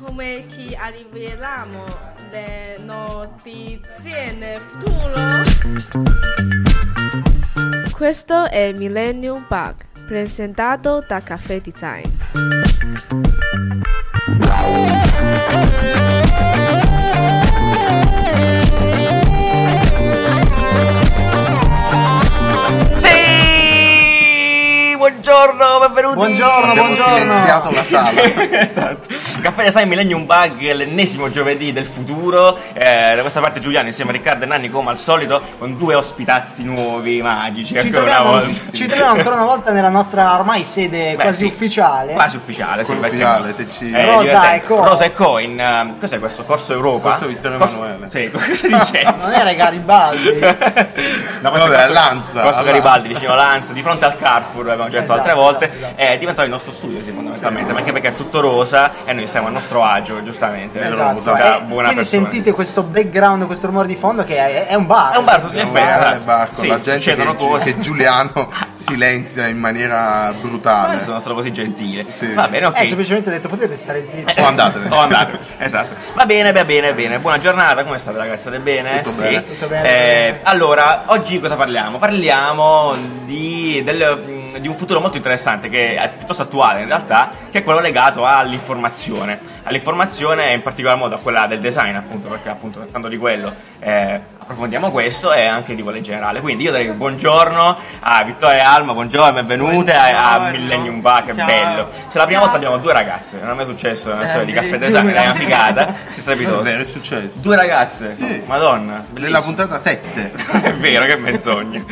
come ci arriveranno le notizie nel futuro. Questo è Millennium Bug, presentato da Caffè Design. Sì! Buongiorno, benvenuti! Buongiorno, Abbiamo buongiorno. silenziato la sala. Ah, esatto. Caffè Design Millennium Bug, l'ennesimo giovedì del futuro. Eh, da questa parte Giuliano insieme a Riccardo e Nanni come al solito con due ospitazzi nuovi, magici. Ecco, Ci ancora una troviamo, volta. ci troviamo ancora una volta nella nostra ormai sede Beh, sì, quasi ufficiale. Quasi ufficiale, sì, Quello perché- ufficiale, se ci- Eh, Rosa divertente. e Coin. Rosa e Coin. eh, cos'è questo? Corso Europa? Corso Vittorio Emanuele. Sì, cosa stai dicendo? Non era Eh, Garibaldi. No, Vabbè, questo- Lanza, Questo a Garibaldi vicino a Lanza, di fronte al Carrefour, l'abbiamo già detto Esatto, altre volte, esatto, esatto. è diventato il nostro studio, sì, fondamentalmente, ma anche perché è tutto rosa e noi siamo a nostro agio, giustamente. esatto. Da E buona quindi persona. sentite questo background, questo rumore di fondo che è, è un bar. È un bar, tutto in È un effetti, grande esatto. bar con Sì, la gente succedono che, cose. che Giuliano silenzia in maniera Ma brutale. sono stato così gentile. Sì. Va bene, ok. Eh, oh, Eh, semplicemente ho detto potete stare zitti. O andatevene. O andatevene, esatto. Va bene, va bene, bene. Buona giornata, come state ragazzi? State bene? Tutto sì. bene. Tutto bene, Eh, bene. Allora, oggi cosa parliamo? Parliamo di, del- mm, di un futuro molto interessante, che è piuttosto attuale in realtà, che è quello legato all'informazione. All'informazione e in particolar modo a quella del design, appunto, perché appunto trattando di quello eh, approfondiamo questo e anche di quello in generale. Quindi io darei il buongiorno a Vittoria e Alma, buongiorno, benvenute a- a Buongiorno. Millennium Bar, che Ciao. bello. Se la prima Ciao. volta abbiamo due ragazze, non è mai successo nella Eh, storia di Caffè beh, Design, due. è una figata, si È strepitoso. vero, è successo. Due ragazze, Sì. madonna, Nella bellissimo. puntata 7. è vero che menzogna.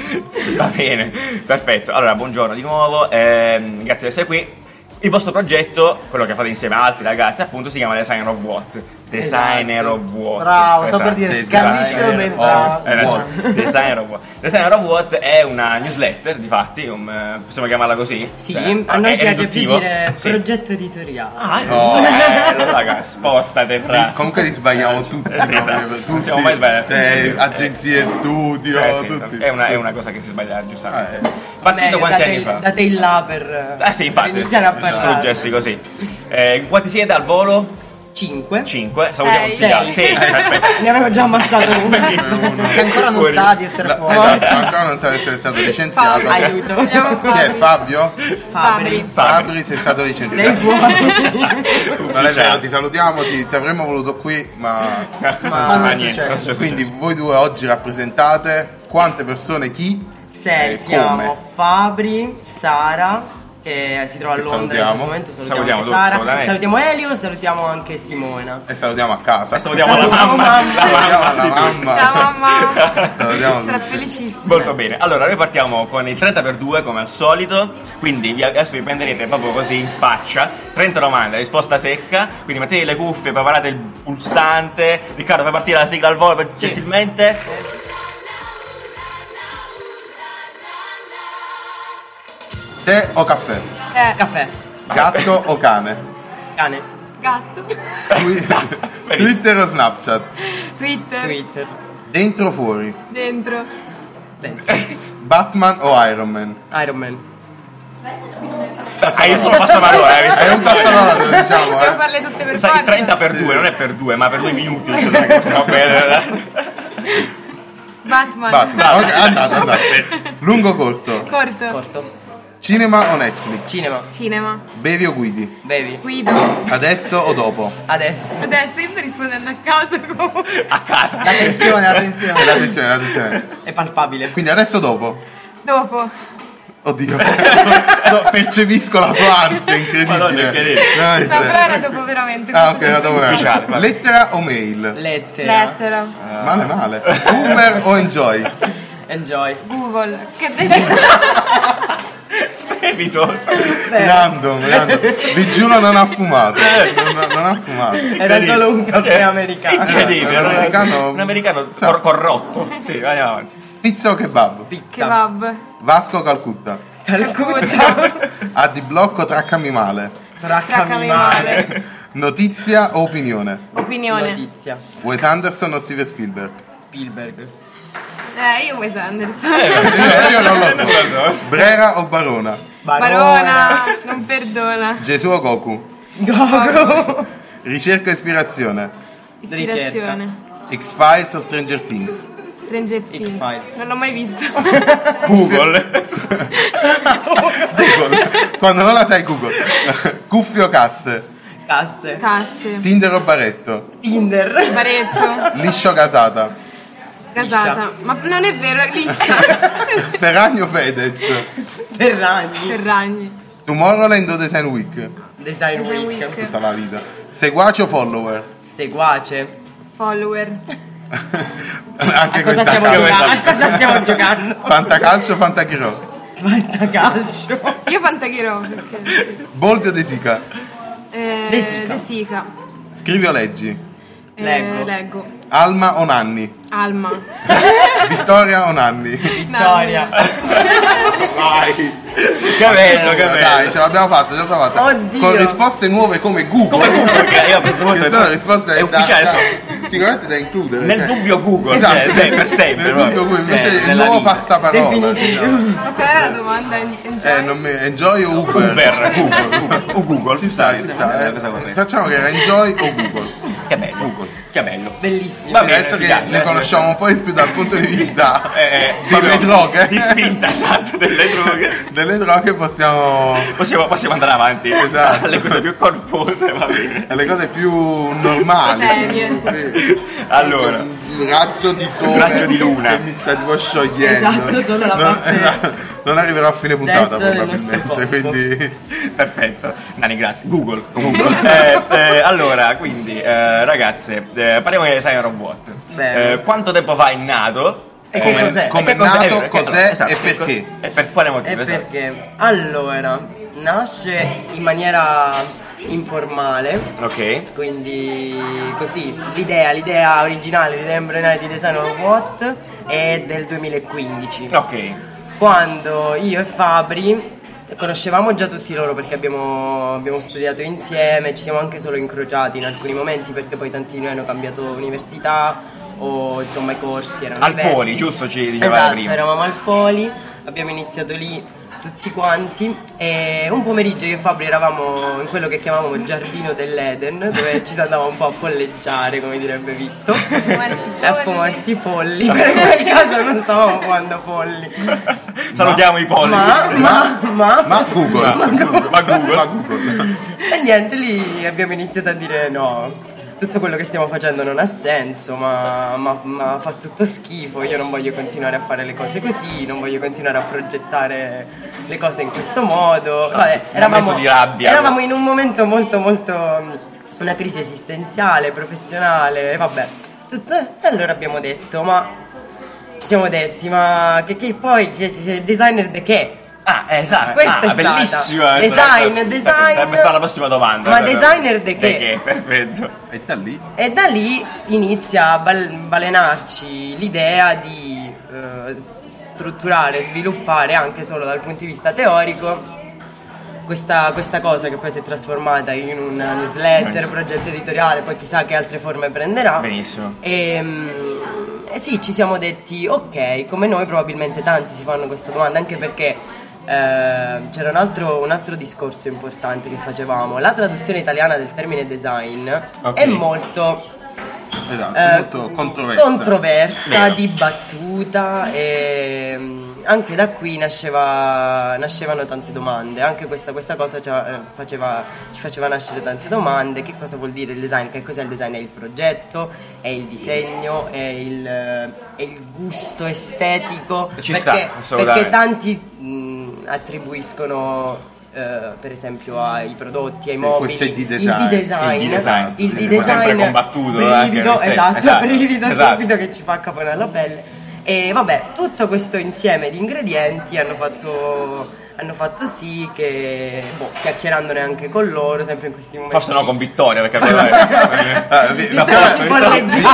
Va bene, perfetto. Allora, buongiorno di nuovo, ehm, grazie di essere qui. Il vostro progetto, quello che fate insieme a altri ragazzi, appunto, si chiama Designer of What. Designer Esatto. of What. Bravo, sto per Esatto. Oh, dire Design scandiscilo of bene. What. bravo. Hai ragione. Designer of What. Designer of What è una newsletter, di fatti, um, possiamo chiamarla così? Sì, Cioè, a è- noi è piace più riduttivo? dire Sì. progetto editoriale. Ah, è No. bello, raga, spostate, fra. Comunque li sbagliamo tutti. Eh, sì, esatto. tutti. Non siamo mai sbagliati. Eh, agenzie, studio, Eh, sì, tutti. è, una, è una cosa che si sbaglia giustamente. Ah, eh. Partito Vabbè, quanti date anni il- fa? Date il là eh, per, Ah sì, infatti, per iniziare a per parlare. distruggersi così. Eh, quanti siete al volo? 5. 5. Salutiamo Sei. tutti gli altri. Sì, eh, Sei. perfetto. Ne avevo già ammazzato uno. Che ancora non Fuori. sa di essere No, fuori. esatto, ancora non so essere stato licenziato. Aiuto. Chi è Fabio? Ah, Fabri. Fabri sei stato licenziato. Sei fuori. sì. Non è vero, ti salutiamo, ti, ti avremmo voluto qui, ma Diciamo. Ma, non è niente, non successo. è Cioè, quindi voi due oggi rappresentate quante persone, chi? Sei, Eh, siamo come? Fabri, Sara che si trova a Che Londra salutiamo. in questo momento. Salutiamo, Salutiamo anche tutti, Sara. salutamente. Salutiamo Elio, salutiamo anche Simona. E salutiamo a casa. E salutiamo la Salutiamo mamma. mamma. La mamma. la mamma. Ciao mamma, Salutiamo sarà tutti. felicissima. Molto bene, allora noi partiamo con il 30x2 come al solito, quindi vi- adesso vi prenderete proprio così in faccia 30 domande, risposta secca, quindi mettete le cuffie, preparate il pulsante, Riccardo fai partire la sigla al volo per- gentilmente. Tè o caffè? Eh, Caffè, Gatto o cane? cane, gatto, Twi- Twitter o Snapchat? Twitter, Twitter, Dentro o fuori? dentro, dentro. Batman o Iron Man? Iron Man. Ah, io sono passaparola, eh. È un passaparola, te lo diciamo, devo eh. farle tutte per Sai, forza. 30 per 2, non è per 2, ma per 2 minuti. cioè, non so se è così, per- eh, Batman, Batman, ok, andate, andate. Lungo o corto? corto, Corto. Cinema o Netflix? Cinema. cinema, Bevi o guidi? Bevi. guido. Adesso o dopo? Adesso. Adesso io sto rispondendo a caso comunque. a casa. Attenzione, attenzione. Attenzione, attenzione. È palpabile. Quindi adesso o dopo? Dopo, Oddio, so- so- percepisco la tua ansia, Madonna, incredibile. incredibile. Veramente. no, però era dopo veramente. Ah, ok, questo era dopo Ufficiale, una- vai. Lettera o mail? Lettera. Lettera, Male male. Uber o Enjoy? Enjoy. Google, che dai, Strepitoso. Random, random. Vi giuro non ha fumato. Non, non ha fumato. Era solo un caffè americano. Incredibile, Eh, un americano- un americano cor- corrotto. Sì, andiamo avanti. Pizza o kebab? Pizza. kebab, Vasco o Calcutta? Calcutta, A di blocco traccami male. Traccami traccami male. male, Notizia o opinione? opinione. Notizia. Wes Anderson o Steven Spielberg? Spielberg. Eh, io Wes Anderson. Io, io non lo Non lo so. Brera o Barona? Barona, non perdona. Gesù o Goku? Gogo. Ricerca e ispirazione. Ispirazione. X-Files o Stranger Things? Stranger Things. X-Files. Non l'ho mai visto. Google. Google. Quando non la sai Google. Cuffie o casse? Casse. Casse. Tinder o baretto? Tinder. Baretto. Liscio o casata? Casata. Ma non è vero, liscia. Ferragno o Fedez? Ferragni. Ferragni. Tomorrowland o Design Week? Design Design Week. Week. Tutta la vita. Seguace o follower? Seguace. Follower. Anche A cosa, questa stiamo cambia. giocando? a cosa stiamo giocando? Fantacalcio o Fantachiro? Fantacalcio. Io Pantachiro. perché sì. Bold o De Sica? Eh, De Sica. De Sica. Scrivi o leggi? Eh, Leggo. leggo. Alma o Nanni? Alma. Vittoria o Nanni? Vittoria. Vai! Che bello, che bello. Dai, cioè, ce l'abbiamo fatta, ce l'abbiamo fatta. Oddio. Con risposte nuove come Google. Come Google, che io penso molto Che sono risposte è da- ufficiale. da- so- sicuramente da includere. Nel cioè. dubbio Google, Esatto. cioè, sempre, sempre. Nel proprio. dubbio Google, invece Cioè, il nella nuovo vita. passaparola. diciamo. Definitivo. Ma qual era la domanda? Enjoy? Eh, non mi- Enjoy o Uber? Uber, Google, Google, o Google, ci Dai, ci sta, eh. Facciamo che era Enjoy o Google. Che bello, che bello. Bellissimo. Va bene, Adesso ti che dai, ne eh. conosciamo un po' di più dal punto di vista Eh, delle proprio droghe. Di spinta, esatto, delle droghe. Delle droghe possiamo Possiamo, possiamo andare avanti, Esatto. alle cose più corpose, va bene. le cose più normali. Serie. Sì. Allora. Un raggio di sole. Un raggio di luna. Che mi sta tipo sciogliendo. Esatto, solo la non, parte- esatto, non arriverò a fine puntata Destra del nostro probabilmente, corpo. quindi Perfetto, Dani, grazie. Google, Google. Eh, eh, allora, quindi, eh, ragazze, eh, parliamo di Simon Robot. Bene. Eh, quanto tempo fa è nato? Eh, E che cos'è? come e è che cos'è? nato, Eh, perché- cos'è esatto, e che perché? cos'è? E per quale E motivo? esatto. perché? Allora, nasce in maniera informale, Ok. quindi così, l'idea, l'idea originale, l'idea embrionale di Design Robot è del 2015. Ok. quando io e Fabri conoscevamo già tutti loro perché abbiamo, abbiamo studiato insieme, ci siamo anche solo incrociati in alcuni momenti perché poi tanti di noi hanno cambiato università o insomma i corsi erano Al diversi. Poli, giusto? Ci diceva Esatto, prima. eravamo al Poli, abbiamo iniziato lì tutti quanti e un pomeriggio io e Fabri eravamo in quello che chiamavamo il giardino dell'Eden dove ci si andava un po' a polleggiare come direbbe Vitto fumarsi e a polli. fumarsi polli per quel caso non stavamo fumando polli Salutiamo i polli. ma, ma, ma, Ma Google. Ma Google. Ma Google. Ma Google. E niente, lì abbiamo iniziato a dire no. Tutto quello che stiamo facendo non ha senso, ma, ma- ma fa tutto schifo. Io non voglio continuare a fare le cose così, non voglio continuare a progettare le cose in questo modo. Vabbè, Ah, un momento di rabbia. Eravamo in un momento molto, molto. mm, una crisi esistenziale, professionale, e vabbè. Tutto, e allora abbiamo detto, ma. Ci siamo detti, ma che, che poi, che, che designer de che? Ah, eh, esatto. Questa ah, è stata. bellissima. Design, Sarebbe- design. Sarebbe stata la prossima domanda. Ma però. designer de che? Perfetto. E da lì E da lì inizia a bal- balenarci l'idea di eh, strutturare, sviluppare anche solo dal punto di vista teorico questa, questa cosa che poi si è trasformata in una newsletter, Benissimo. progetto editoriale, poi chissà che altre forme prenderà. Benissimo. E, mm, e sì, ci siamo detti, ok, come noi probabilmente tanti si fanno questa domanda, anche perché eh, c'era un altro, un altro discorso importante che facevamo, la traduzione italiana del termine design Ok. è molto... esatto, eh, molto controversa. controversa, Vero. dibattuta e mm, anche da qui nasceva- nascevano tante domande, anche questa, questa cosa ci ha- eh, faceva- ci faceva nascere tante domande, che cosa vuol dire il design, che cos'è il design, è il progetto, è il disegno, è il, eh, è il gusto estetico, Ci sta, perché, assolutamente. perché tanti mm, attribuiscono... eh, per esempio ai prodotti, ai Sì, mobili, questo è di il design. design, Il di design. il di È sempre design, combattuto, brivido, anche noi stessi. esatto, Esatto, brivido esatto. subito che ci fa caponare la pelle. E vabbè, tutto questo insieme di ingredienti hanno fatto, hanno fatto sì che, boh, chiacchierandone anche con loro, sempre in questi momenti. Forse no con Vittoria, perché poi. eh, Ah, vi- Vittoria- Vittoria si Vittoria- palleggiava. Vittoria-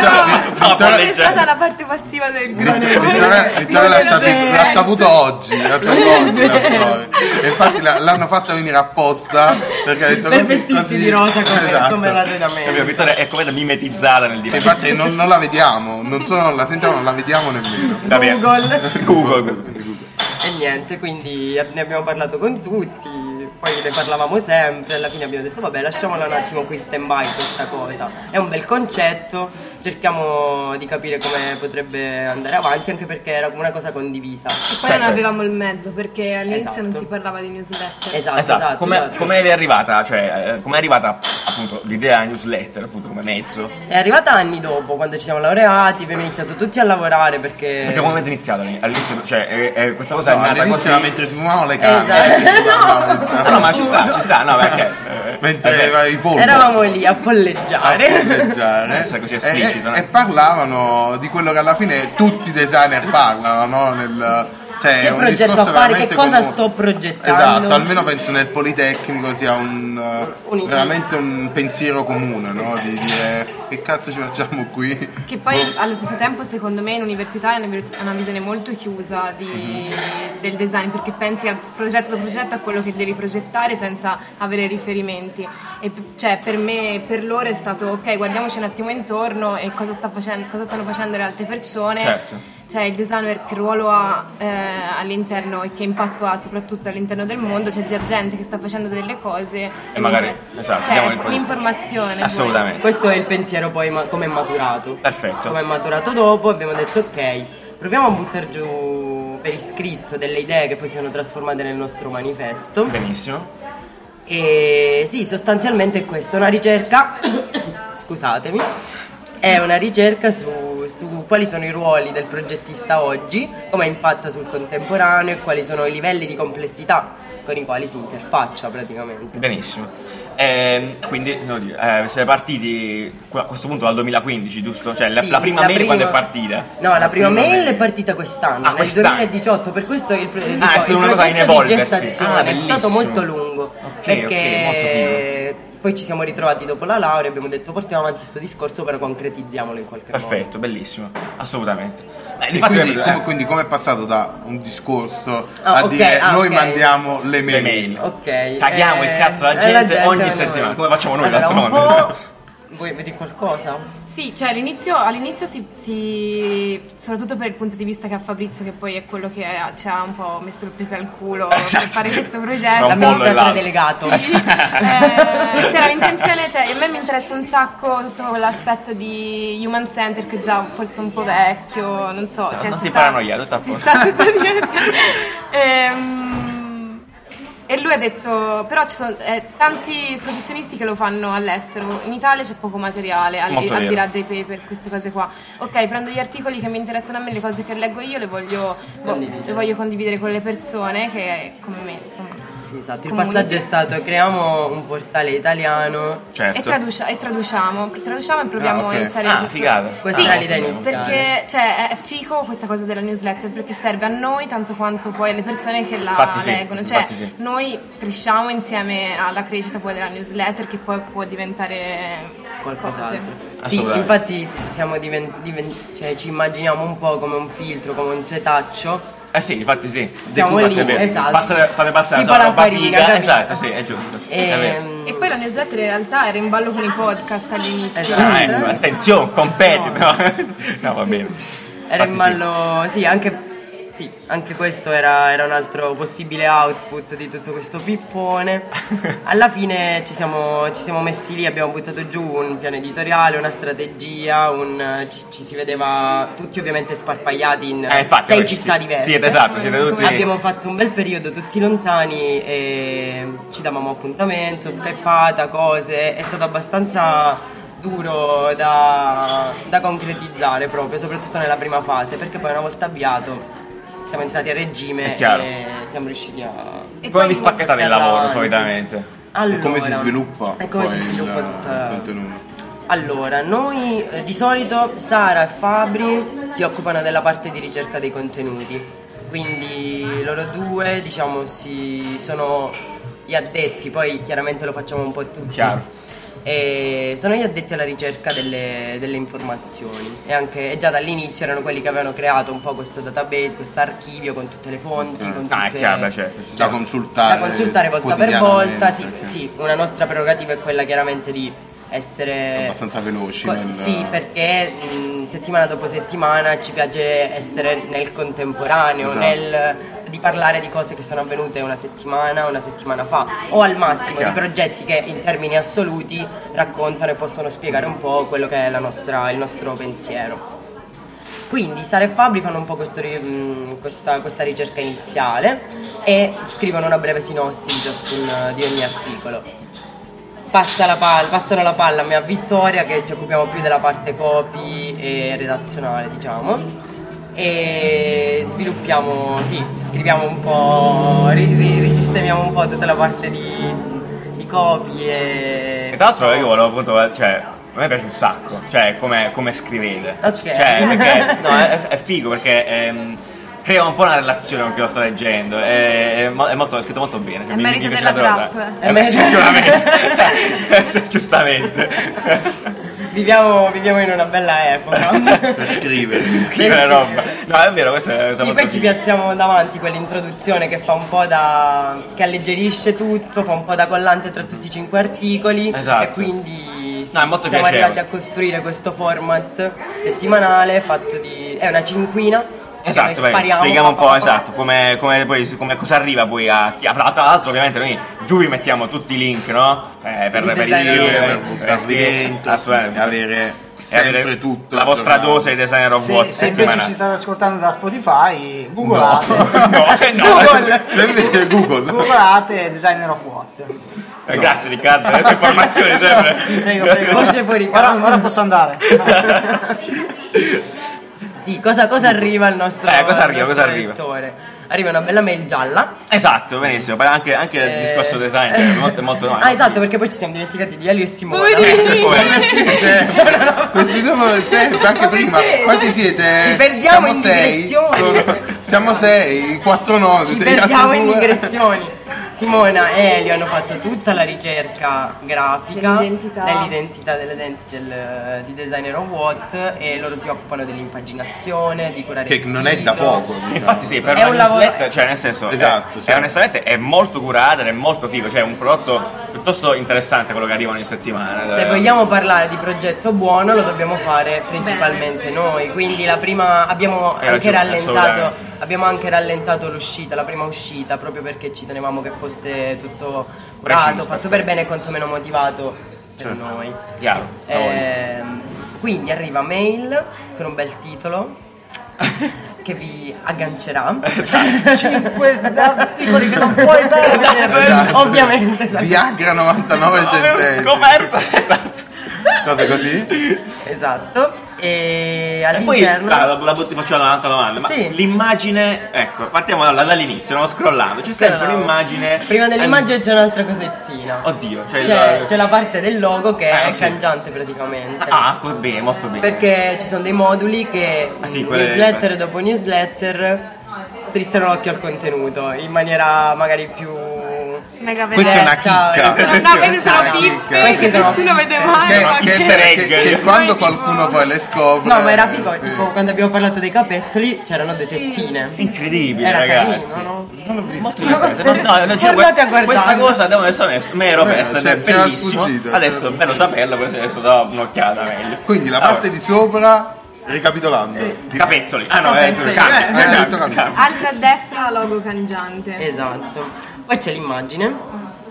Stava Vittoria- È leggendo. stata la parte passiva del gruppo. Vittoria, Vittoria l'ha, saputo, l'ha saputo oggi, l'ha saputo oggi la storia. E infatti la- l'hanno fatta venire apposta perché ha detto Per così- vestirsi così- di rosa come, esatto. come Capito, l'arredamento. Vittoria è come mimetizzata nel E divano. infatti non, non la vediamo, non solo non la sentiamo, non la vediamo nemmeno. Va bene. Google. Esatto, Google. Google. E niente, quindi ab- ne abbiamo parlato con tutti. poi ne parlavamo sempre, alla fine abbiamo detto vabbè lasciamola un attimo qui stand by questa cosa, è un bel concetto, cerchiamo di capire come potrebbe andare avanti anche perché era come una cosa condivisa. E poi non avevamo il mezzo perché all'inizio non Esatto. si parlava di newsletter. Esatto, Esatto, esatto. come, esatto. come è arrivata, cioè, eh, come è arrivata appunto l'idea della newsletter, appunto come mezzo? È arrivata anni dopo, quando ci siamo laureati, abbiamo iniziato tutti a lavorare perché... Perché come avete iniziato? All'inizio, cioè, eh, eh, questa cosa No, è nata all'inizio così. era mentre si fumavano le canne. Esatto. si fumavano il No, tabacco. no, ma ci sta, ci sta, no, perché. eh, Mentre vabbè. aveva i polli. Eravamo lì a a polleggiare. passeggiare. Adesso è così esplicito, e, no? e parlavano di quello che alla fine tutti i designer parlano, no? Nel, cioè, Che è un progetto discorso a fare, veramente che cosa comune. sto progettando? Esatto, almeno penso nel Politecnico sia un, eh, Un'idea. veramente un pensiero comune, no? Di dire che cazzo ci facciamo qui? Boh. Che poi Boh. allo stesso tempo secondo me in università è una vers- è una visione molto chiusa di- Mm-hmm. del design perché pensi al progetto da progetto a quello che devi progettare senza avere riferimenti. E p- cioè per me, per loro è stato ok, guardiamoci un attimo intorno e cosa, sta facendo- cosa stanno facendo le altre persone. Certo. Cioè il designer che ruolo ha eh, all'interno e che impatto ha soprattutto all'interno del mondo, c'è già gente che sta facendo delle cose E magari- interessa. esatto, diamo il cioè, contesto. l'informazione. poi. Assolutamente. Questo è il pensiero poi ma- come è maturato. Perfetto. Come è maturato dopo abbiamo detto ok, proviamo a buttare giù per iscritto delle idee che poi sono trasformate nel nostro manifesto. Benissimo. E sì, sostanzialmente è questo, una ricerca, scusatemi, è una ricerca su, su quali sono i ruoli del progettista oggi, come impatta sul contemporaneo e quali sono i livelli di complessità con i quali si interfaccia praticamente. Benissimo. Ehm, quindi devo dire, eh, siete partiti a questo punto dal 2015, giusto? Cioè, la, Sì, la prima mail quando è partita? No, la prima mail è partita quest'anno, Ah, nel quest'anno. 2018, per questo il, Ah, pre- è dico, stata il una cosa in processo di evolversi. gestazione Ah, è stato bellissimo. molto lungo, Ok, perché ok, molto poi ci siamo ritrovati dopo la laurea e abbiamo detto portiamo avanti questo discorso però concretizziamolo in qualche modo. Perfetto, bellissimo, assolutamente. Beh, E difatti- quindi, eh, come, quindi come è passato da un discorso Ah, a ok, dire ah, noi ok. mandiamo le le mail? mail. Ok. Caghiamo eh, il cazzo alla eh, gente, ogni noi. settimana, come facciamo noi allora, un d'altronde. po'- Vuoi vedi qualcosa? Sì, cioè all'inizio, all'inizio si, si- soprattutto per il punto di vista che ha Fabrizio, che poi è quello che ha- ci ha un po' messo il pepe al culo per Esatto. fare questo Tra un progetto. po' lo e L'amministratore l'altro. delegato. Sì, eh, c'era l'intenzione, cioè a me mi interessa un sacco tutto quell'aspetto di Human Center che già forse è un po' vecchio, non so. Cioè, non si ti sta- paranoia, tutto a si posto. sta tutto diventando- Ehm, e lui ha detto, però ci sono eh, tanti professionisti che lo fanno all'estero, in Italia c'è poco materiale, al, di, Molto al di vero. là dei paper, queste cose qua. Ok, prendo gli articoli che mi interessano a me, le cose che leggo io, le voglio, boh, le voglio condividere con le persone che come me, insomma. Sì, esatto. Il Comunque. passaggio è stato creiamo un portale italiano Certo. E, traducia- e traduciamo, traduciamo e proviamo Ah, ok. a iniziare Ah, questo- figata. Questa Ah, era l'idea ottimo. iniziale. Perché cioè, è figo questa cosa della newsletter perché serve a noi tanto quanto poi alle persone che la Infatti sì, leggono. Cioè, infatti sì. noi cresciamo insieme alla crescita poi della newsletter che poi può diventare qualcos'altro. cose. Sì, Assolutamente. infatti siamo diven- diven- cioè, ci immaginiamo un po' come un filtro, come un setaccio. Eh sì, infatti sì. Siamo Infatti è lì, vero. esatto. Passa- fate passare Tipo la sua la roba farina, figa. capito? Esatto, sì, è giusto. È vero. Ehm, E poi la newsletter in realtà era in ballo con i podcast all'inizio. Esatto. Ah, ecco, attenzione, compete. No, No, va bene. Era in Infatti sì. ballo, sì, anche, sì, anche questo era, era un altro possibile output di tutto questo pippone. Alla fine ci siamo, ci siamo messi lì, abbiamo buttato giù un piano editoriale, una strategia, un- ci, ci si vedeva tutti ovviamente sparpagliati in Eh, infatti, sei voi città si- diverse. Siete esatto, siete tutti. Abbiamo fatto un bel periodo tutti lontani e ci davamo appuntamento, skypata, cose, è stato abbastanza duro da, da concretizzare proprio, soprattutto nella prima fase, perché poi una volta avviato siamo entrati a regime È chiaro. e siamo riusciti a... E Come poi- vi spacchettate il Allora, lavoro solitamente? Allora, E come si sviluppa e come poi si sviluppa il, tutta- il contenuto? Allora, noi eh, di solito Sara e Fabri si occupano della parte di ricerca dei contenuti, quindi loro due diciamo si sono gli addetti, poi chiaramente lo facciamo un po' tutti. Chiaro. E sono gli addetti alla ricerca delle, delle informazioni e anche e già dall'inizio erano quelli che avevano creato un po' questo database, questo archivio con tutte le fonti, con tutte Ah, è chiaro, beh, certo. ci Da sta. consultare, da consultare volta per quotidianamente, volta. Sì, perché sì, una nostra prerogativa è quella chiaramente di essere Abbastanza veloci. co- nel- Sì, perché mh, settimana dopo settimana ci piace essere nel contemporaneo, Esatto. nel di parlare di cose che sono avvenute una settimana, una settimana fa, o al massimo di Chiaro. progetti che in termini assoluti raccontano e possono spiegare un po' quello che è la nostra- il nostro pensiero. Quindi Sara e Fabri fanno un po' questo ri- mh, questa, questa ricerca iniziale e scrivono una breve sinossi di ciascun di ogni articolo. Passa la pal- passano la palla a me e a Vittoria che ci occupiamo più della parte copy e redazionale, diciamo. E sviluppiamo, sì, scriviamo un po', ri- ri- risistemiamo un po' tutta la parte di, di copy e... E tra l'altro io volevo appunto, cioè, a me piace un sacco, cioè come, come scrivete. Ok. Cioè, perché no, è, è figo perché ehm, crea un po' una relazione con chi lo sta leggendo. È, è mo- è molto, è scritto molto bene. Cioè, È mi- merito mi piace della tanto la- trap. Eh, beh, È merito- Sicuramente. Giustamente. Viviamo, viviamo in una bella epoca. per scriversi. Scrivere roba. No, è vero, questo è Sì, molto poi ci figo. piazziamo davanti quell'introduzione che fa un po' da. che alleggerisce tutto, fa un po' da collante tra tutti i cinque articoli. Esatto. E quindi sì, No, è molto siamo piacevole. arrivati a costruire questo format settimanale fatto di. è una cinquina. che Esatto, noi beh, spariamo. spieghiamo un pa, pa, po' pa. esatto come, come poi, come cosa arriva poi a chi. ah, Tra tra l'altro, ovviamente, noi giù vi mettiamo tutti i link, no? Eh, per, Tutti per i design. i scrivere, Sì, per buttarvi dentro, assolutamente. e avere E avere sempre tutto. la vostra aggiornato. dose di designer of what Se, se invece ci state ascoltando da Spotify, googolate, no, no. Invece Google. googolate Designer of What. Eh, grazie Riccardo per le sue informazioni sempre Prego, prego. Voce fuori Ora, campo. ora posso andare. Sì, cosa, cosa arriva al nostro. Eh, cosa al arriva, nostro cosa arriva? lettore? Arriva una bella mail gialla. Eh, esatto benissimo poi anche, anche il discorso design è molto molto Ah, esatto, perché poi ci siamo dimenticati di Elio e Simona. Poverini. Perché sempre, questi due sempre, anche prima. Quanti siete? Ci perdiamo in sei? digressioni. Sono- Siamo 6, 4, 9. Ci perdiamo in digressioni. Simona e Elio hanno fatto tutta la ricerca grafica Dell'identità. dell'identità delle denti del- di designer of what e loro si occupano dell'impaginazione, di curare Che il non è da sito. poco. diciamo. Eh, Infatti sì, per È una un lavoro- newsletter, cioè nel senso, è- Esatto, è, cioè. onestamente è molto curata ed è molto figo, cioè è un prodotto piuttosto interessante quello che arriva ogni settimana. Se Eh, vogliamo parlare di progetto buono lo dobbiamo fare principalmente noi, quindi la prima abbiamo Hai anche, ragione, rallentato, assolutamente. abbiamo anche rallentato l'uscita, la prima uscita, proprio perché ci tenevamo che fosse tutto Preciso, curato, fatto per perfetto. bene e quantomeno motivato per Certo. noi. Chiaro, a voglia. Ehm, quindi arriva mail con un bel titolo che vi aggancerà. 5 articoli che non puoi perdere. Esatto. Ovviamente. esatto. Viagra 99 Avevo centesimi. scoperto, esatto. Cose così? Esatto. E E poi all'interno... dai, la, la, ti faccio un'altra domanda, ma Sì. l'immagine, ecco, partiamo dalla- dall'inizio, no? scrollando, c'è sempre Però- un'immagine... Prima dell'immagine c'è un'altra cosettina. Oddio, cioè... c'è, il- c'è la parte del logo che Ah, è sì. cangiante praticamente. Ah, ecco, bene, molto bene. Perché ci sono dei moduli che Ah, sì, mh, quelle- newsletter dopo newsletter strizzano l'occhio al contenuto in maniera magari più. Mega Questa è una Ecco, chicca. questa Sono, no, queste sono pippe Queste che sono- nessuno vede mai. Che, ma che- Cioè, Easter che- egg. che quando qualcuno poi le scopre. No, ma era figo, sì. tipo quando abbiamo parlato dei capezzoli c'erano due tettine. Incredibile, Era ragazzi. carino, no? Non l'ho visto. Molto divertente. No, no, no, cioè, Guardate a guardare. Questa cosa, devo essere onesto, me ero Eh, persa ed c'è- è c'era bellissimo. sfuggito, Adesso c'era- è bello saperlo, così adesso do un'occhiata meglio. Quindi la Allora, parte di sopra, ricapitolando. di- Capezzoli. Ah no, è Capezzoli, cambia, eh. Eh, cambia, ho detto cambia. capezzoli. Altra a destra logo cangiante. Esatto. Poi c'è l'immagine.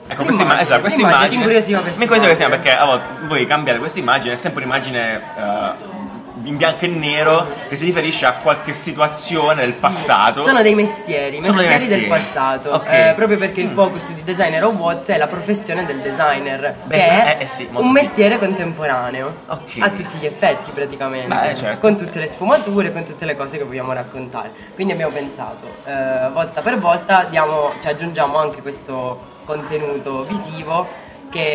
Ecco, questa immagine, esatto, questa L'immagine, immagine, ti incuriosiva questa mi incuriosiva questa immagine. perché a volte voi cambiate questa immagine, è sempre un'immagine eh, in bianco e nero che si riferisce a qualche situazione del passato. Sono dei mestieri, Sono dei mestieri, del mestieri. passato. Ok. Eh, proprio perché il focus di designer robot è la professione del designer, Beh, che è eh, eh sì, molto un sì. mestiere contemporaneo. Ok. A tutti gli effetti praticamente. Beh, certo. Con tutte le sfumature, con tutte le cose che vogliamo raccontare. Quindi abbiamo pensato, eh, volta per volta diamo- ci aggiungiamo anche questo contenuto visivo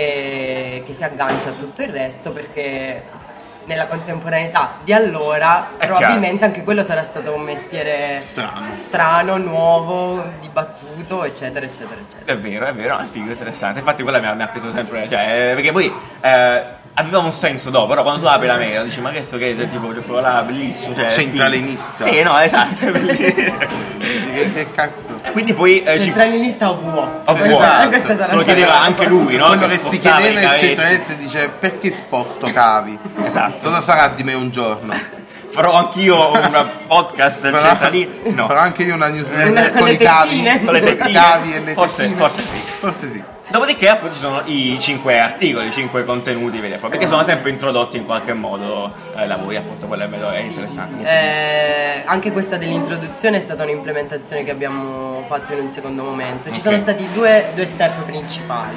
che, che si aggancia a tutto il resto perché... Nella contemporaneità di allora, È chiaro. probabilmente anche quello sarà stato un mestiere Strano. strano, nuovo, dibattuto, eccetera, eccetera, eccetera. È vero, è vero, è figo, interessante. Infatti quella mi ha, mi ha preso sempre, cioè, eh, perché poi eh, aveva un senso dopo, però quando tu apri la mail dici ma che sto che è tipo cioè, quello là bellissimo, cioè, Centralinista. figo. Sì, no, esatto, è bellissimo. Dici, Che, che cazzo? Quindi poi Cioè, eh, ci Centralinista vuoto. Oh, Esatto. buono. Questa sarà se lo chiedeva stata- anche lui, no? Quello che si spostava i chiedeva il cavetti. centralista dice perché sposto cavi? Esatto. Cosa sarà di me un giorno? farò anch'io un podcast centralino. No. Però anche io una newsletter Con con le i cavi, tettine. Con le tettine. cavi e le Forse- tettine. forse sì. Forse sì. Dopodiché appunto ci sono i 5 articoli, i 5 contenuti veri e propri, che sono sempre introdotti in qualche modo eh, da voi, appunto, quello è, bello, è Sì, sì, sì. interessante. Eh, anche questa dell'introduzione è stata un'implementazione che abbiamo fatto in un secondo momento. Ci Ok. sono stati due, due step principali.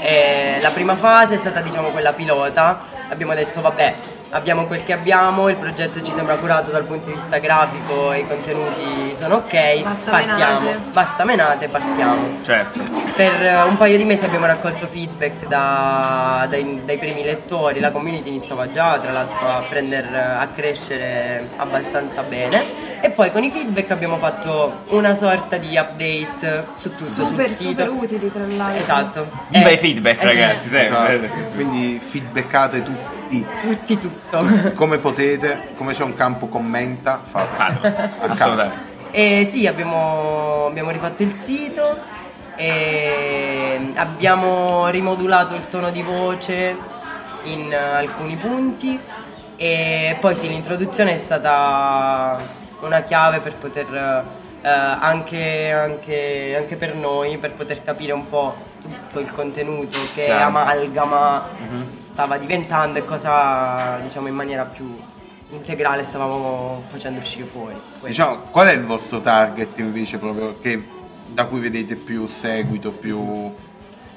Eh, la prima fase è stata diciamo quella pilota, abbiamo detto vabbè abbiamo quel che abbiamo, il progetto ci sembra curato dal punto di vista grafico, i contenuti sono ok, Basta partiamo, menate. basta menate, partiamo. Certo. Per eh, un paio di mesi abbiamo raccolto feedback da- dai, dai primi lettori, la community iniziava già tra l'altro a, prender- eh, a crescere abbastanza bene e poi con i feedback abbiamo fatto una sorta di update su tutto, Super, sul sito. super utili tra l'altro. Esatto. Viva Eh, i feedback, eh, ragazzi, sempre. Esatto. Quindi feedbackate tutti Tutti tutto. come potete, come c'è un campo commenta, Fatto. fatelo. A caso. Assolutamente. E sì, abbiamo, abbiamo rifatto il sito, e abbiamo rimodulato il tono di voce in eh, alcuni punti e poi sì, l'introduzione è stata una chiave per poter eh, anche, anche- anche per noi, per poter capire un po' tutto il contenuto che Chiaro. amalgama stava diventando e cosa diciamo in maniera più integrale stavamo facendo uscire fuori. Questo. Diciamo, qual è il vostro target invece proprio che, da cui vedete più seguito, più...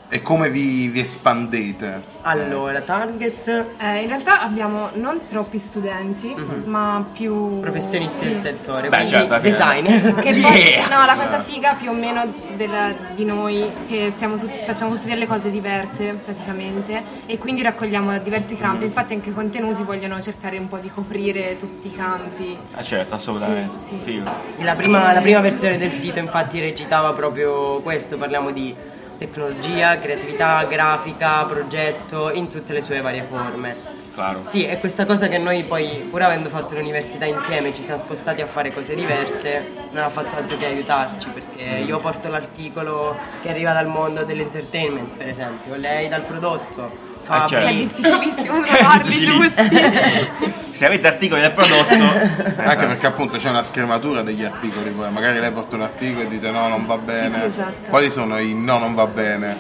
e come vi, vi espandete? Allora, target Eh, in realtà abbiamo non troppi studenti, ma più Mhm. professionisti sì. del settore, Beh, quindi certo, alla fine- designer. Che poi, Yeah! no, la cosa figa più o meno della- di noi che siamo tut- facciamo tutte delle cose diverse praticamente e quindi raccogliamo da diversi Mhm. campi. Infatti, anche i contenuti vogliono cercare un po' di coprire tutti i campi. Ah, certo, assolutamente. Sì, sì. Figo. La prima, la prima versione del sito infatti recitava proprio questo, parliamo di tecnologia, creatività, grafica, progetto in tutte le sue varie forme. Claro. Sì, è questa cosa che noi poi, pur avendo fatto l'università insieme, ci siamo spostati a fare cose diverse, non ha fatto altro che aiutarci, perché Mm. io porto l'articolo che arriva dal mondo dell'entertainment, per esempio, lei dal prodotto, fa certo. Che è difficilissimo trovarli difficilissimo. giusti. Se avete articoli del prodotto, Anche perché appunto c'è una scrematura degli articoli, poi magari lei porta un articolo e dite no, non va bene. sì, esatto. Quali sono i no, non va bene?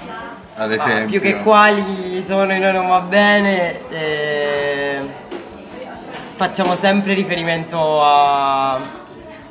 Ad Ah, esempio. più che quali sono i no non va bene, eh, facciamo sempre riferimento a-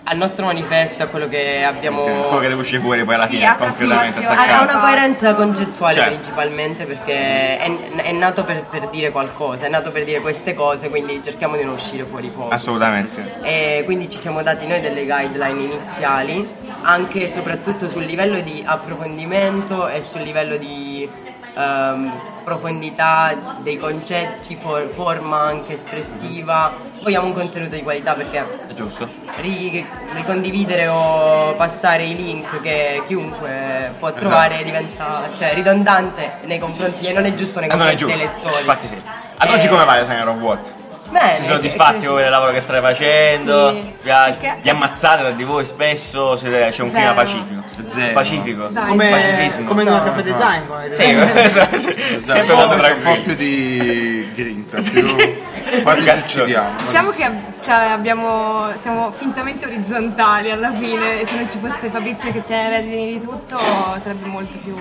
al nostro manifesto, a quello che abbiamo... quello che deve uscire fuori poi alla Sì, fine è a concretamente sì, Ha attaccato. una coerenza concettuale Certo. principalmente perché è, è nato per, per dire qualcosa, è nato per dire queste cose, quindi cerchiamo di non uscire fuori fuoco. Assolutamente. E quindi ci siamo dati noi delle guideline iniziali, anche e soprattutto sul livello di approfondimento e sul livello di ehm, profondità dei concetti, for- forma anche espressiva. Vogliamo un contenuto di qualità perché È giusto. ri- ricondividere o passare i link che chiunque può Esatto. trovare diventa cioè, ridondante nei confronti e non è giusto nei Ah, non è confronti giusto. dei lettori. Infatti sì. Ad oggi Eh, come va, Designer of What? Bene, Siete soddisfatti soddisfatti voi del lavoro che state facendo? Eh, Sì, Vi, ha- perché- vi ammazzate tra di voi spesso? Siete- c'è un clima Zero. pacifico. Zero. Pacifico. Dai. Pacifismo. come nella caffè design come Sì, sì, Esatto, sempre molto un po' tranquillo. più di grinta, più quasi ci Cazzo. uccidiamo. Diciamo che cioè, abbiamo, siamo fintamente orizzontali alla fine e se non ci fosse Fabrizio che tiene le redini di tutto sarebbe molto più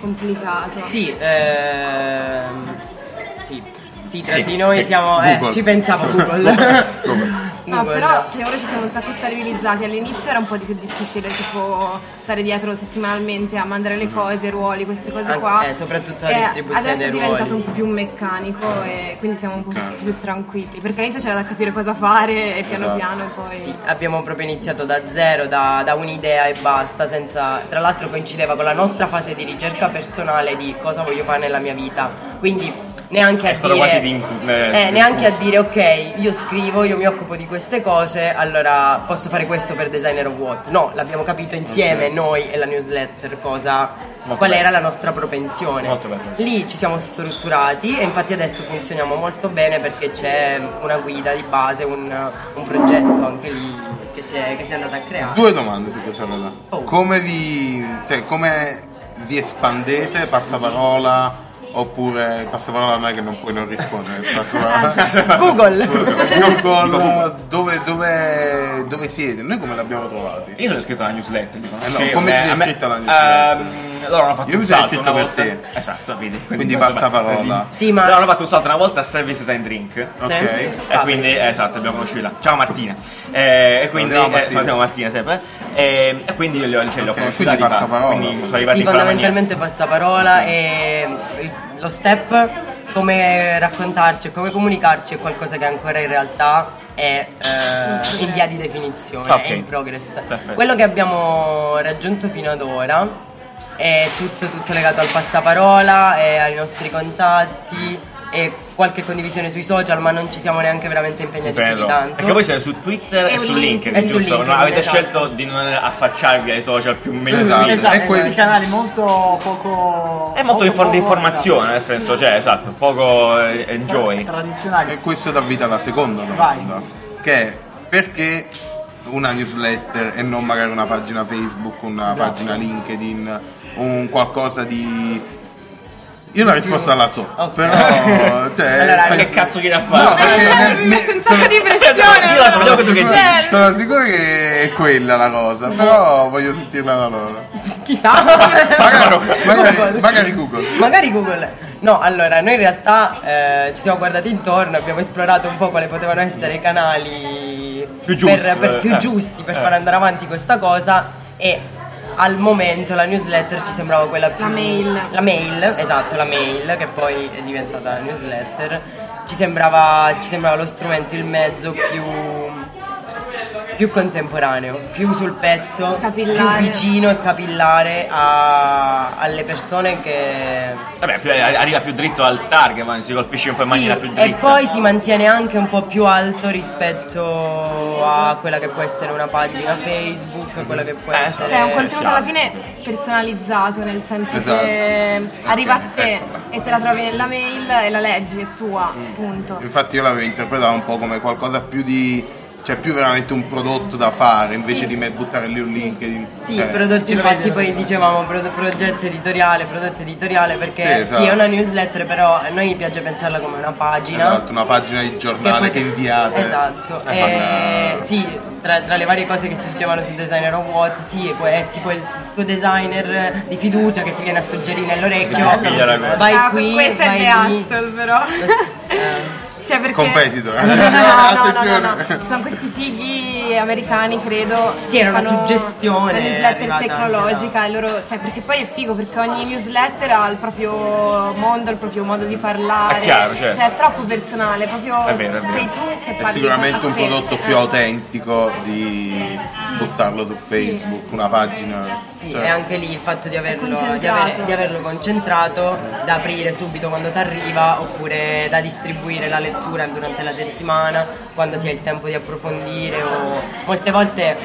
complicato. Esatto. Sì, ehm, sì, sì, tra Sì, di noi sì. siamo. eh, Google. ci pensavo Google. No, Google. però cioè, ora ci siamo un sacco stabilizzati. All'inizio era un po' di più difficile, tipo stare dietro settimanalmente a mandare le cose, ruoli, queste cose Anche- qua. Mm. eh, soprattutto la E distribuzione Adesso dei è diventato ruoli. un po' più meccanico e quindi siamo un po' più tranquilli. Perché all'inizio c'era da capire cosa fare e piano Esatto. piano poi. Sì, abbiamo proprio iniziato da zero, da, da un'idea e basta, senza. Tra l'altro coincideva con la nostra fase di ricerca personale di cosa voglio fare nella mia vita. Quindi neanche È a stato dire. quasi di incu- eh, eh, di neanche a dire ok, io scrivo, io mi occupo di queste cose, allora posso fare questo per designer of what? No, l'abbiamo capito insieme noi e la newsletter cosa. Molto qual bello. era la nostra propensione? Molto bello. Lì ci siamo strutturati e infatti adesso funzioniamo molto bene perché c'è una guida di base, un, un progetto anche lì che si è, che si è andato a creare. Due domande su questa cosa. Oh. Come vi. cioè come vi espandete, passaparola, Oppure passaparola a me che non puoi non rispondere. Anzi, Passaparola. Google! Google, dove, dove, dove siete? Noi come l'abbiamo trovati? Io l'ho scritto alla newsletter, dico, Eh no, sì, come eh, ti sei a me- iscritto alla newsletter? Ehm, loro hanno fatto Io un mi sono salto una iscritto volta. per te. Esatto, vedi. Quindi questo- passa parola. Sì, ma- Loro hanno fatto un salto una volta a Services and Drink. Ok. Sì. E quindi, eh, esatto, abbiamo conosciuto là. Ciao Martina. Eh, e quindi, Salutiamo eh, Martina. salutiamo Martina sempre. Eh, E quindi io li ho, cioè, li ho Ok, conosciuti quindi là di là, passaparola. Quindi sono Sì, arrivati Sì, in quella maniera. fondamentalmente passaparola e il- lo step, come raccontarci e come comunicarci è qualcosa che ancora in realtà è eh, in via di definizione, Ok. è in progress. Perfetto. Quello che abbiamo raggiunto fino ad ora è tutto, tutto legato al passaparola, e ai nostri contatti e qualche condivisione sui social, ma non ci siamo neanche veramente impegnati più di Bello. tanto. Perché voi siete su Twitter e, E su un link. LinkedIn, E giusto? su LinkedIn, No, avete esatto. scelto di non affacciarvi ai social più meno Esatto. Esatto, E questi- Questi canali molto poco... È molto poco- di for- di poco- informazione, nel senso, cioè, esatto, poco eh, enjoy. E Tradizionali. questo dà vita alla seconda domanda, che è perché una newsletter e non magari una pagina Facebook, una Esatto. pagina LinkedIn, un qualcosa di... Io la risposta la so, Ok. però... Cioè, Allora, Che penso- cazzo chi da No, fare? Guarda, perché ne- Cioè, mi mette un sacco sono- di Aspetta, pressione. Cioè, io la so, vediamo cosa che sono- dici. Sono sicuro che è quella la cosa, però voglio sentirla da loro. Chissà. Magari, magari, magari Google. Magari Google. No, allora, noi in realtà eh, ci siamo guardati intorno, abbiamo esplorato un po' quali potevano essere i canali Più giusti, per, per- eh, più eh, giusti per eh. far andare avanti questa cosa e al momento la newsletter ci sembrava quella più... La mail. La mail, esatto, la mail che poi è diventata la newsletter. Ci sembrava, ci sembrava lo strumento, il mezzo più, più contemporaneo, più sul pezzo, Capillare. più vicino e capillare a- alle persone che... Vabbè, più- arriva più dritto al target, ma si colpisce un po' in Sì, maniera più dritta. e poi si mantiene anche un po' più alto rispetto a quella che può essere una pagina Facebook, quella che può Eh, essere... Cioè, è un Eh, contenuto sì. alla fine personalizzato, nel senso Esatto. che arriva a te Eccola. e te la trovi nella mail e la leggi, è tua, punto. Infatti io l'avevo interpretata un po' come qualcosa più di... cioè più veramente un prodotto da fare invece Sì. di me buttare lì un Sì. LinkedIn. Sì, Eh, prodotti, infatti poi dicevamo pro- progetto editoriale, prodotto editoriale perché sì, Sì, esatto. è una newsletter però a noi piace pensarla come una pagina. Esatto, una pagina di giornale poi- che inviate. Esatto. Eh, Eh, sì, tra, tra le varie cose che si dicevano sul designer of what, sì, e poi è tipo il tuo designer di fiducia che ti viene a suggerire nell'orecchio. Che ti spiglia la cosa. Vai Ah, qui, questo vai è The lì. Eh, Hustle, però. cioè, perché... Competitor. No, no, no, no, no, Attenzione. Ci sono questi fighi americani, credo. Sì, era che una fanno suggestione La è newsletter arrivata tecnologica. e loro- cioè, perché poi è figo, perché ogni newsletter ha il proprio mondo, il proprio modo di parlare. È chiaro, certo. Cioè, è troppo personale. Proprio È vero, è vero. sei tu che parli È sicuramente con- un a te. prodotto più Eh. autentico di buttarlo su Sì. Facebook, una pagina. Sì, cioè, e anche lì il fatto di averlo, di, concentrato. avere- di averlo concentrato, da aprire subito quando ti arriva, oppure da distribuire la lettura durante la settimana, quando si ha il tempo di approfondire. o- Molte volte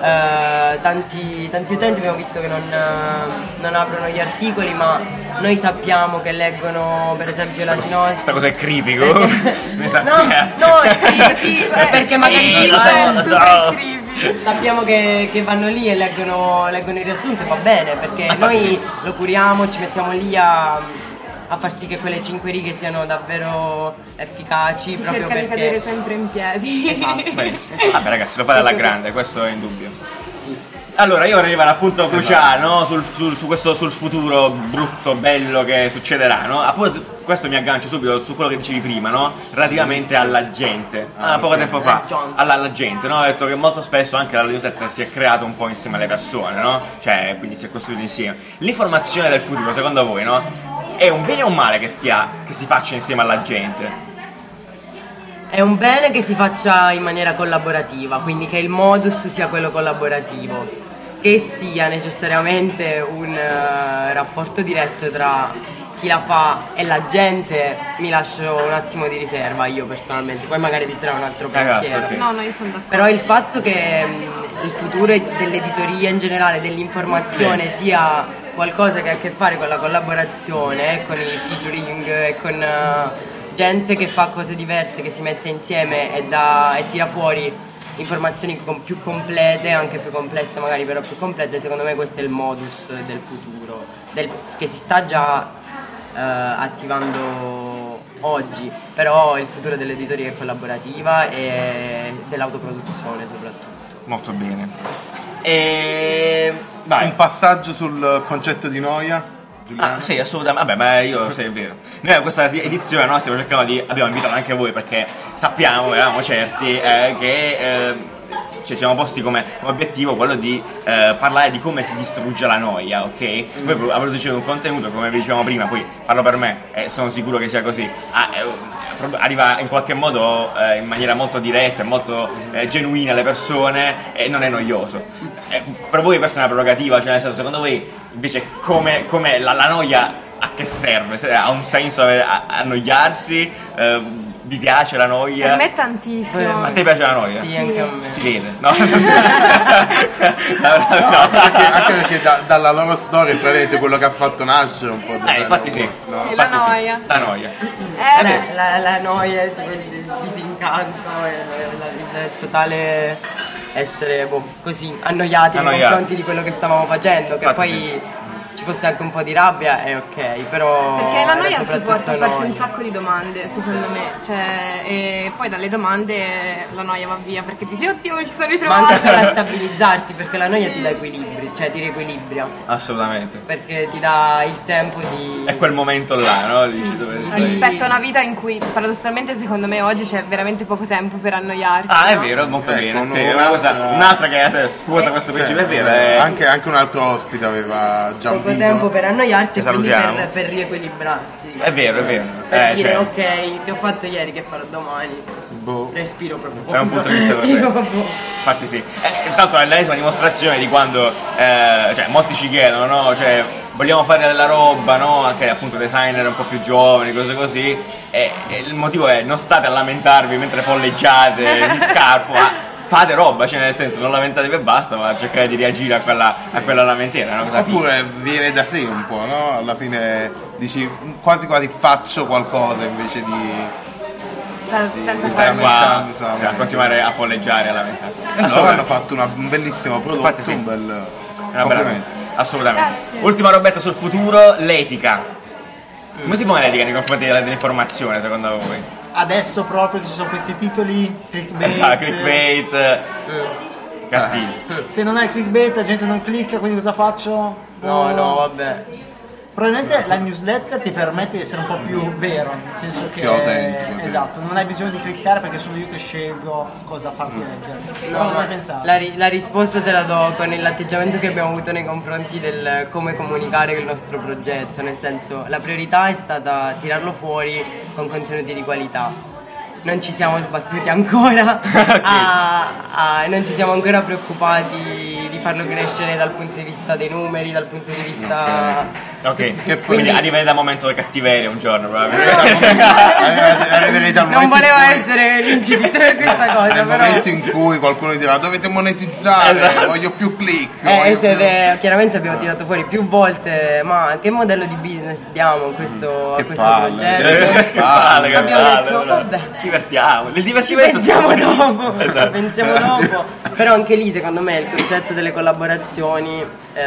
eh, tanti, tanti utenti abbiamo visto che non, eh, non aprono gli articoli, ma noi sappiamo che leggono per esempio la sinossi. Questa cosa è creepy, comunque. Mi sa No, che- no, Creepy, sì, cioè, perché magari sì, lo ma- so, è lo so. super creepy. Sappiamo che, che vanno lì e leggono, leggono il riassunto e va bene perché noi lo curiamo, ci mettiamo lì a, a far sì che quelle cinque righe siano davvero Si efficaci. proprio cerca di perché... cadere sempre in piedi. Esatto. Beh, Vabbè ragazzi, lo fate alla grande, questo è indubbio. Sì. Allora, io vorrei arrivare al punto cruciale, no? Sul, sul- su questo, sul futuro brutto, bello che succederà, no? A proposito- questo mi aggancio subito su quello che dicevi prima, no? Relativamente alla gente. Ah, Ah, poco ok. tempo fa, La gente. alla, alla gente, no? Ho detto che molto spesso anche la newsletter si è creata un po' insieme alle persone, no? Cioè, quindi si è costruita insieme. L'informazione del futuro, secondo voi, no? È un bene o un male che, sia, che si faccia insieme alla gente? È un bene che si faccia in maniera collaborativa, quindi che il modus sia quello collaborativo, che sia necessariamente un eh, rapporto diretto tra chi la fa e la gente, mi lascio un attimo di riserva io personalmente, poi magari vi trarò un altro Esatto, pensiero. ok. No, no, io sono d'accordo. Però il fatto che mh, il futuro è- dell'editoria in generale, dell'informazione sia qualcosa che ha a che fare con la collaborazione, eh, con il featuring e con eh, gente che fa cose diverse, che si mette insieme e, dà- e tira fuori informazioni com- più complete, anche più complesse magari, però più complete, secondo me questo è il modus del futuro, del- che si sta già eh, attivando oggi, però il futuro dell'editoria è collaborativa e dell'autoproduzione soprattutto. Molto bene. E... Vai. Un passaggio sul concetto di noia, Giuliano. Ah, sì, assolutamente. Vabbè, ma io sì, è vero. Noi a questa edizione no, stiamo cercando di. Abbiamo invitato anche voi perché sappiamo, eravamo certi, eh, che. eh, ci siamo posti come obiettivo quello di eh, parlare di come si distrugge la noia, ok? Voi pro- producete un contenuto, come vi dicevamo prima, poi parlo per me e sono sicuro che sia così. Ah, eh, pro- arriva in qualche modo eh, in maniera molto diretta e molto eh, genuina alle persone e non è noioso. Eh, per voi questa è una prerogativa, cioè nel senso, secondo voi Invece come, come la, la noia a che serve? Se- ha un senso avere- a- annoiarsi? Eh, vi piace la noia? Eh, Per me è tantissimo. A te piace la noia? Sì, anche a me. Si vede, no? No, No, anche perché, anche perché da- dalla loro storia è praticamente quello che ha fatto nascere un po' di Eh, infatti sì. No. Sì, la Infatti sì. noia. La noia. Eh, beh, La, la- la noia, tipo, il disincanto, e la- la- il totale essere boh, così annoiati nei Annoiati. confronti di quello che stavamo facendo, che Infatti poi sì. ci fosse anche un po' di rabbia è ok, però... Perché la era noia ti soprattutto porta a farti noia. un sacco di domande, secondo me. Cioè, e poi dalle domande la noia va via perché dici, oddio, mi ci sono Ma anche solo a ritrovato. stabilizzarti, perché la noia ti dà equilibri, cioè ti riequilibria, Assolutamente. perché ti dà il tempo di... È quel momento là, no? Dici dove sì. sei. Rispetto a una vita in cui paradossalmente secondo me oggi c'è veramente poco tempo per annoiarti. Ah, è no? vero, molto Ecco, bene. Sì, è un'altra- una cosa, un'altra che eh, scusa questo Cioè, principio, è vero. vabbè, eh. Anche, anche un altro ospite aveva già un poco tempo per annoiarsi e Ti quindi salutiamo. per, per riequilibrarsi. È vero, è vero. Per Eh, dire cioè, Boh. ok, che ho fatto ieri, che farò domani. Respiro proprio. È un punto di vista per te. Dico proprio, Infatti sì, Eh, intanto è l'ennesima dimostrazione di quando, eh, cioè molti ci chiedono, no? Cioè vogliamo fare della roba, no? Anche appunto designer un po' più giovani, cose così. E, e il motivo è non state a lamentarvi mentre folleggiate il carpo, ma fate roba, cioè nel senso non lamentatevi e basta, ma cercate di reagire a quella, a quella lamentela, è una cosa figa. Oppure viene da sé un po', no? Alla fine dici quasi quasi faccio qualcosa invece di... Sta- senza Sì, Stare farmi. sarà qua Lamentarvi, cioè, a solamente. continuare a folleggiare e a lamentarvi. Allora hanno fatto una- un bellissimo prodotto, Eh, Infatti sì. un bel È una bella- complimento. Ah, Assolutamente. Grazie. Ultima robetta sul futuro, l'etica. Come si muove l'etica nei confronti della- dell'informazione, secondo voi? Adesso proprio che ci sono questi titoli clickbait. Esatto, clickbait. eh, Cattivi. Se non hai clickbait la gente non clicca, quindi cosa faccio? Oh. No, no, vabbè. Probabilmente la newsletter ti permette di essere un po' più vero, nel senso che Più autentico, sì. esatto, non hai bisogno di cliccare perché sono io che scelgo cosa farti leggere. No, cosa ma ne pensate? la, ri- la risposta te la do con l'atteggiamento che abbiamo avuto nei confronti del come comunicare il nostro progetto, nel senso la priorità è stata tirarlo fuori con contenuti di qualità. Non ci siamo sbattuti ancora, a- a- non ci siamo ancora preoccupati di farlo crescere dal punto di vista dei numeri, dal punto di vista... Ok, Sì, sì, quindi, arriverà da momento di cattiveria un giorno probabilmente. Arriverete- arriverete al Non momento in volevo cui- essere l'incipit di questa cosa, Nel però... momento in cui qualcuno dirà dovete monetizzare, Esatto. voglio più click. Eh, voglio se- più-" eh, chiaramente abbiamo tirato fuori più volte, ma che modello di business diamo a questo, a Che questo palle. progetto? Che palle, che Eh, Abbiamo palle, detto, allora. vabbè. Divertiamo. Il Ci divertimento pensiamo si- dopo, Esatto. ci pensiamo dopo. Però anche lì secondo me il concetto delle collaborazioni eh,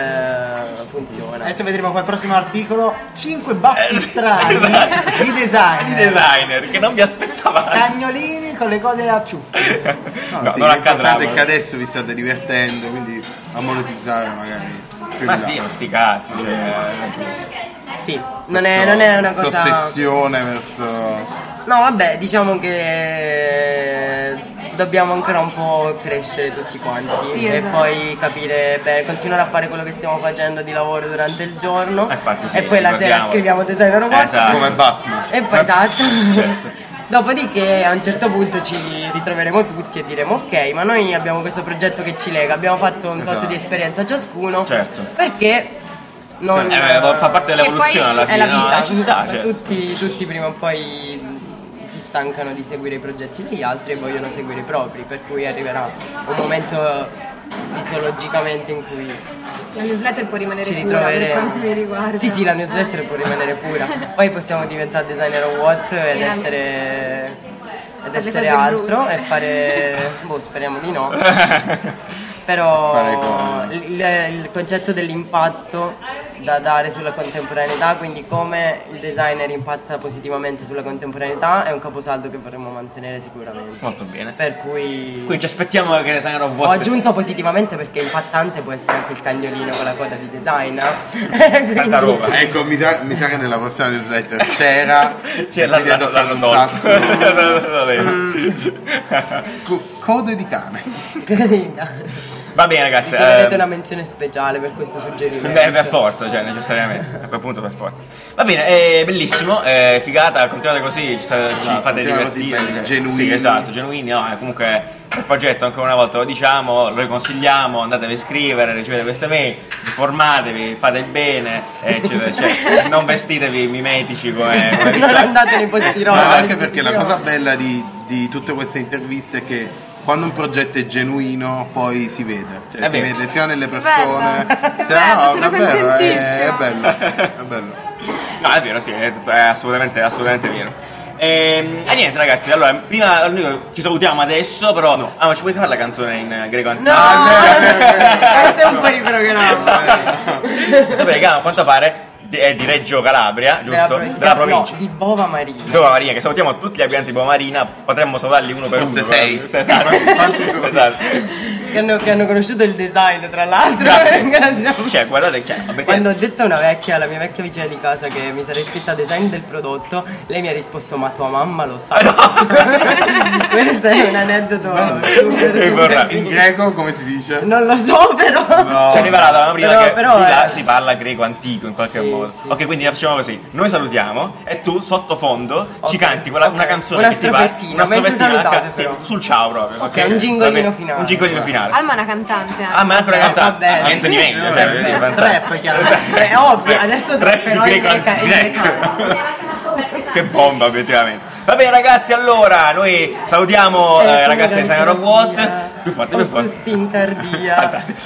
funziona. Adesso vedremo come prossimo articolo 5 baffi Eh, strani esatto. di design. Di designer che non vi Eh. aspettavate. Cagnolini con le code a ciuffo. No, No, sì, non accadrà. l'importante è che adesso vi state divertendo, quindi a monetizzare magari. più Ma in là. sì, ma sti cazzi, cioè, è giusto. Eh, Sì, non è, Eh, non è una Questa cosa... ossessione verso. No, vabbè, diciamo che dobbiamo ancora un po' crescere tutti quanti Sì, e esatto. poi capire, beh, continuare a fare quello che stiamo facendo di lavoro durante il giorno Eh, infatti sì, e poi la sera ricordiamo. scriviamo design robotico Esatto. certo. come Batman. Ah. e poi esatto. Dopodiché a un certo punto ci ritroveremo tutti e diremo ok, ma noi abbiamo questo progetto che ci lega, abbiamo fatto un tot Esatto. di esperienza ciascuno. Certo. Perché non Eh, ma fa parte Che dell'evoluzione poi alla è fine. la no? vita, Eh, ci sta, certo. tutti, tutti prima o poi si stancano di seguire i progetti degli altri e vogliono seguire i propri, per cui arriverà un momento fisiologicamente in cui La newsletter può rimanere ci pura per ritroveremo. quanto mi riguarda. Eh. Sì, sì, la newsletter può rimanere pura. Poi possiamo diventare designer o what ed E la- essere ed le essere cose altro brutte. e fare boh, speriamo di no. Però Fare cosa? il, il- il concetto dell'impatto da dare sulla contemporaneità, quindi come il designer impatta positivamente sulla contemporaneità è un caposaldo che vorremmo mantenere sicuramente. Molto bene. Per cui Quindi ci aspettiamo che Sangaro ho vuote. aggiunto positivamente perché impattante può essere anche il cagnolino con la coda di design. Tanta roba. Ecco, mi sa, mi sa che nella prossima newsletter c'era. C'è la, mi ha la, la, toccato la, un no. tasto. Va bene. Mm. Co- code di cane. Va bene, ragazzi. Riceverete eh, Cioè, una menzione speciale per questo suggerimento. Eh, per forza, cioè, necessariamente. A quel punto, per forza. Va bene, è bellissimo, è figata. Continuate così, ci, sta- ci Esatto, fate continuate divertire. così, belli, cioè, genuini. Sì, esatto, genuini. No, è comunque il progetto, ancora una volta lo diciamo, lo consigliamo. Andatevi a scrivere, ricevete queste mail, informatevi, fate il bene, eccetera, eccetera. non vestitevi mimetici come. come non andate nei posti No, rosa, anche nei perché la posti cosa rosa. bella di, di tutte queste interviste è che quando un progetto è genuino poi si vede. Cioè, È si vero. vede sia nelle Che persone. bello, che sia- bello, sono davvero, è, è contentissima. bello. È bello. No, è vero, sì, è, tutto- è assolutamente, è assolutamente vero. Ehm, E, niente ragazzi, allora prima noi ci salutiamo adesso, però ah, ma ci puoi fare la canzone in eh, greco antico? No, questo è un no. po' di programma. Sapete che ah, a quanto pare di- è di Reggio Calabria, giusto? Della provincia. no, di Bova Marina. Bova Marina, che salutiamo tutti gli abitanti di Bova Marina, potremmo salutarli uno per Forse uno. sei. però- Esatto. Quanti sono? esatto. Che hanno, che hanno conosciuto il design, tra l'altro. Ringraziamo. Grazie. Cioè, guardate, cioè, avete- Quando ho detto a una vecchia, la mia vecchia vicina di casa, che mi sarei iscritta a design del prodotto, lei mi ha risposto: Ma tua mamma lo sa. Questo è un aneddoto. super, È super importante. In figo. greco come si dice? Non lo so, però. No. Ci è arrivata la prima Però- che però di là è- si parla greco antico in qualche Sì, modo. sì, ok, sì. quindi facciamo così: noi salutiamo e tu sottofondo ci Ok, canti quella- una ok. canzone Una che ti va strofettina, mentre salutate, ca- sì, però. sul ciao proprio. Ok, un gingolino Va bene, finale. Un gingolino finale. Alma è una cantante. eh. anche. Ah, ma è ancora in vabbè, realtà sì. niente di meglio. Cioè, Vabbè. quindi, Tre, fantastico. poi chiaramente. È ovvio, adesso Tre più però in greco greca- in antico. greca- Che bomba, obiettivamente. Va bene, ragazzi, allora noi salutiamo eh, ragazzi di Sanero Watt. Più forte, più forte. cardia. Fantastico.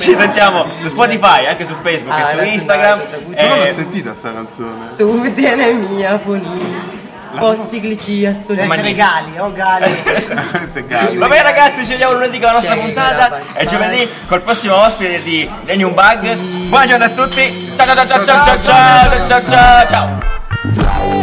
Ci sentiamo su Spotify, anche su Facebook Ah, e su ragazzi, Instagram. dai, tutto, Tu non l'ho Eh, sentita sta canzone. Tu te ne mia foni. Posti glicia storia. Deve essere Magnifico. Gali, oh Eh, Gali. Se cazzo. Va bene ragazzi, ci vediamo lunedì con la nostra Sì, puntata brava. e giovedì col prossimo ospite di The New Mm. Bug. Buongiorno a tutti. Ciao ciao ciao ciao ciao ciao ciao ciao ciao. Ciao.